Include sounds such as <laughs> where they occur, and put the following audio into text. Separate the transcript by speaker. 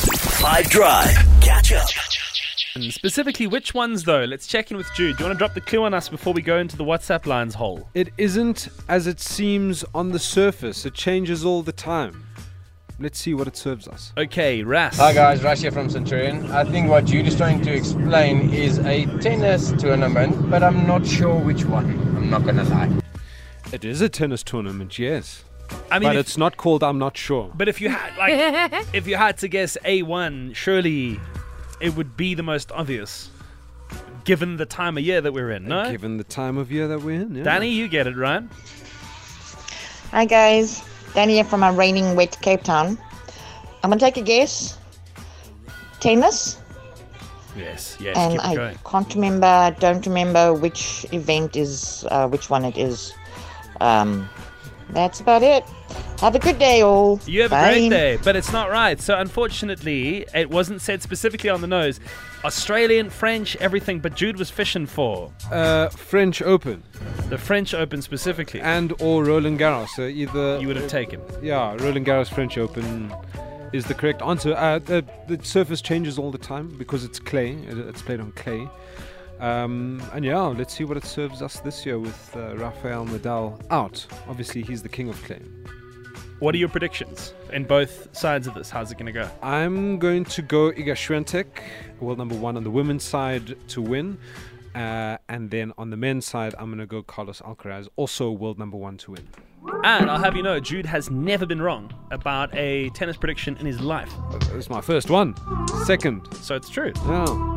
Speaker 1: Five Drive. Catch up.
Speaker 2: And Specifically, which ones though? Let's check in with Jude. Do you want to drop the clue on us before we go into the WhatsApp lines hole?
Speaker 3: It isn't as it seems on the surface. It changes all the time. Let's see what it serves us.
Speaker 2: Okay, Ras.
Speaker 4: Hi guys, Rush here from Centurion. I think what Jude is trying to explain is a tennis tournament, but I'm not sure which one. I'm not gonna lie.
Speaker 3: It is a tennis tournament, yes.
Speaker 2: I mean,
Speaker 3: but
Speaker 2: if,
Speaker 3: it's not called I'm Not Sure.
Speaker 2: but if you had
Speaker 5: <laughs>
Speaker 2: like, if you had to guess A one, surely it would be the most obvious, given the time of year that we're in. No,
Speaker 3: Given the time of year that we're in. yeah.
Speaker 2: Danny, you get it right.
Speaker 5: Hi guys, Danny here from a raining wet Cape Town. I'm gonna take a guess. Tennis,
Speaker 2: Yes, yes.
Speaker 5: and
Speaker 2: keep it
Speaker 5: I
Speaker 2: going.
Speaker 5: can't remember, don't remember which event is, uh, which one it is. Um, that's about it. Have a good day, all.
Speaker 2: You have a
Speaker 5: Bye.
Speaker 2: great day, but it's not right. So unfortunately, it wasn't said specifically on the nose. Australian, French, everything. But Jude was fishing for
Speaker 3: Uh, French Open
Speaker 2: the French Open specifically.
Speaker 3: and or Roland Garros. So either
Speaker 2: you would have taken.
Speaker 3: yeah, Roland Garros French Open is the correct answer. Uh, the, the surface changes all the time because it's clay. It, it's played on clay. Um, and yeah, let's see what it serves us this year with uh, Rafael Nadal out. Obviously, he's the king of clay.
Speaker 2: What are your predictions in both sides of this? How's it going to go?
Speaker 3: I'm going to go Iga Swiatek, world number one on the women's side to win, uh, and then on the men's side, I'm going to go Carlos Alcaraz, also world number one to win.
Speaker 2: And I'll have you know, Jude has never been wrong about a tennis prediction in his life.
Speaker 3: That's my first one. Second, Oh.
Speaker 2: So it's true.
Speaker 3: yeah.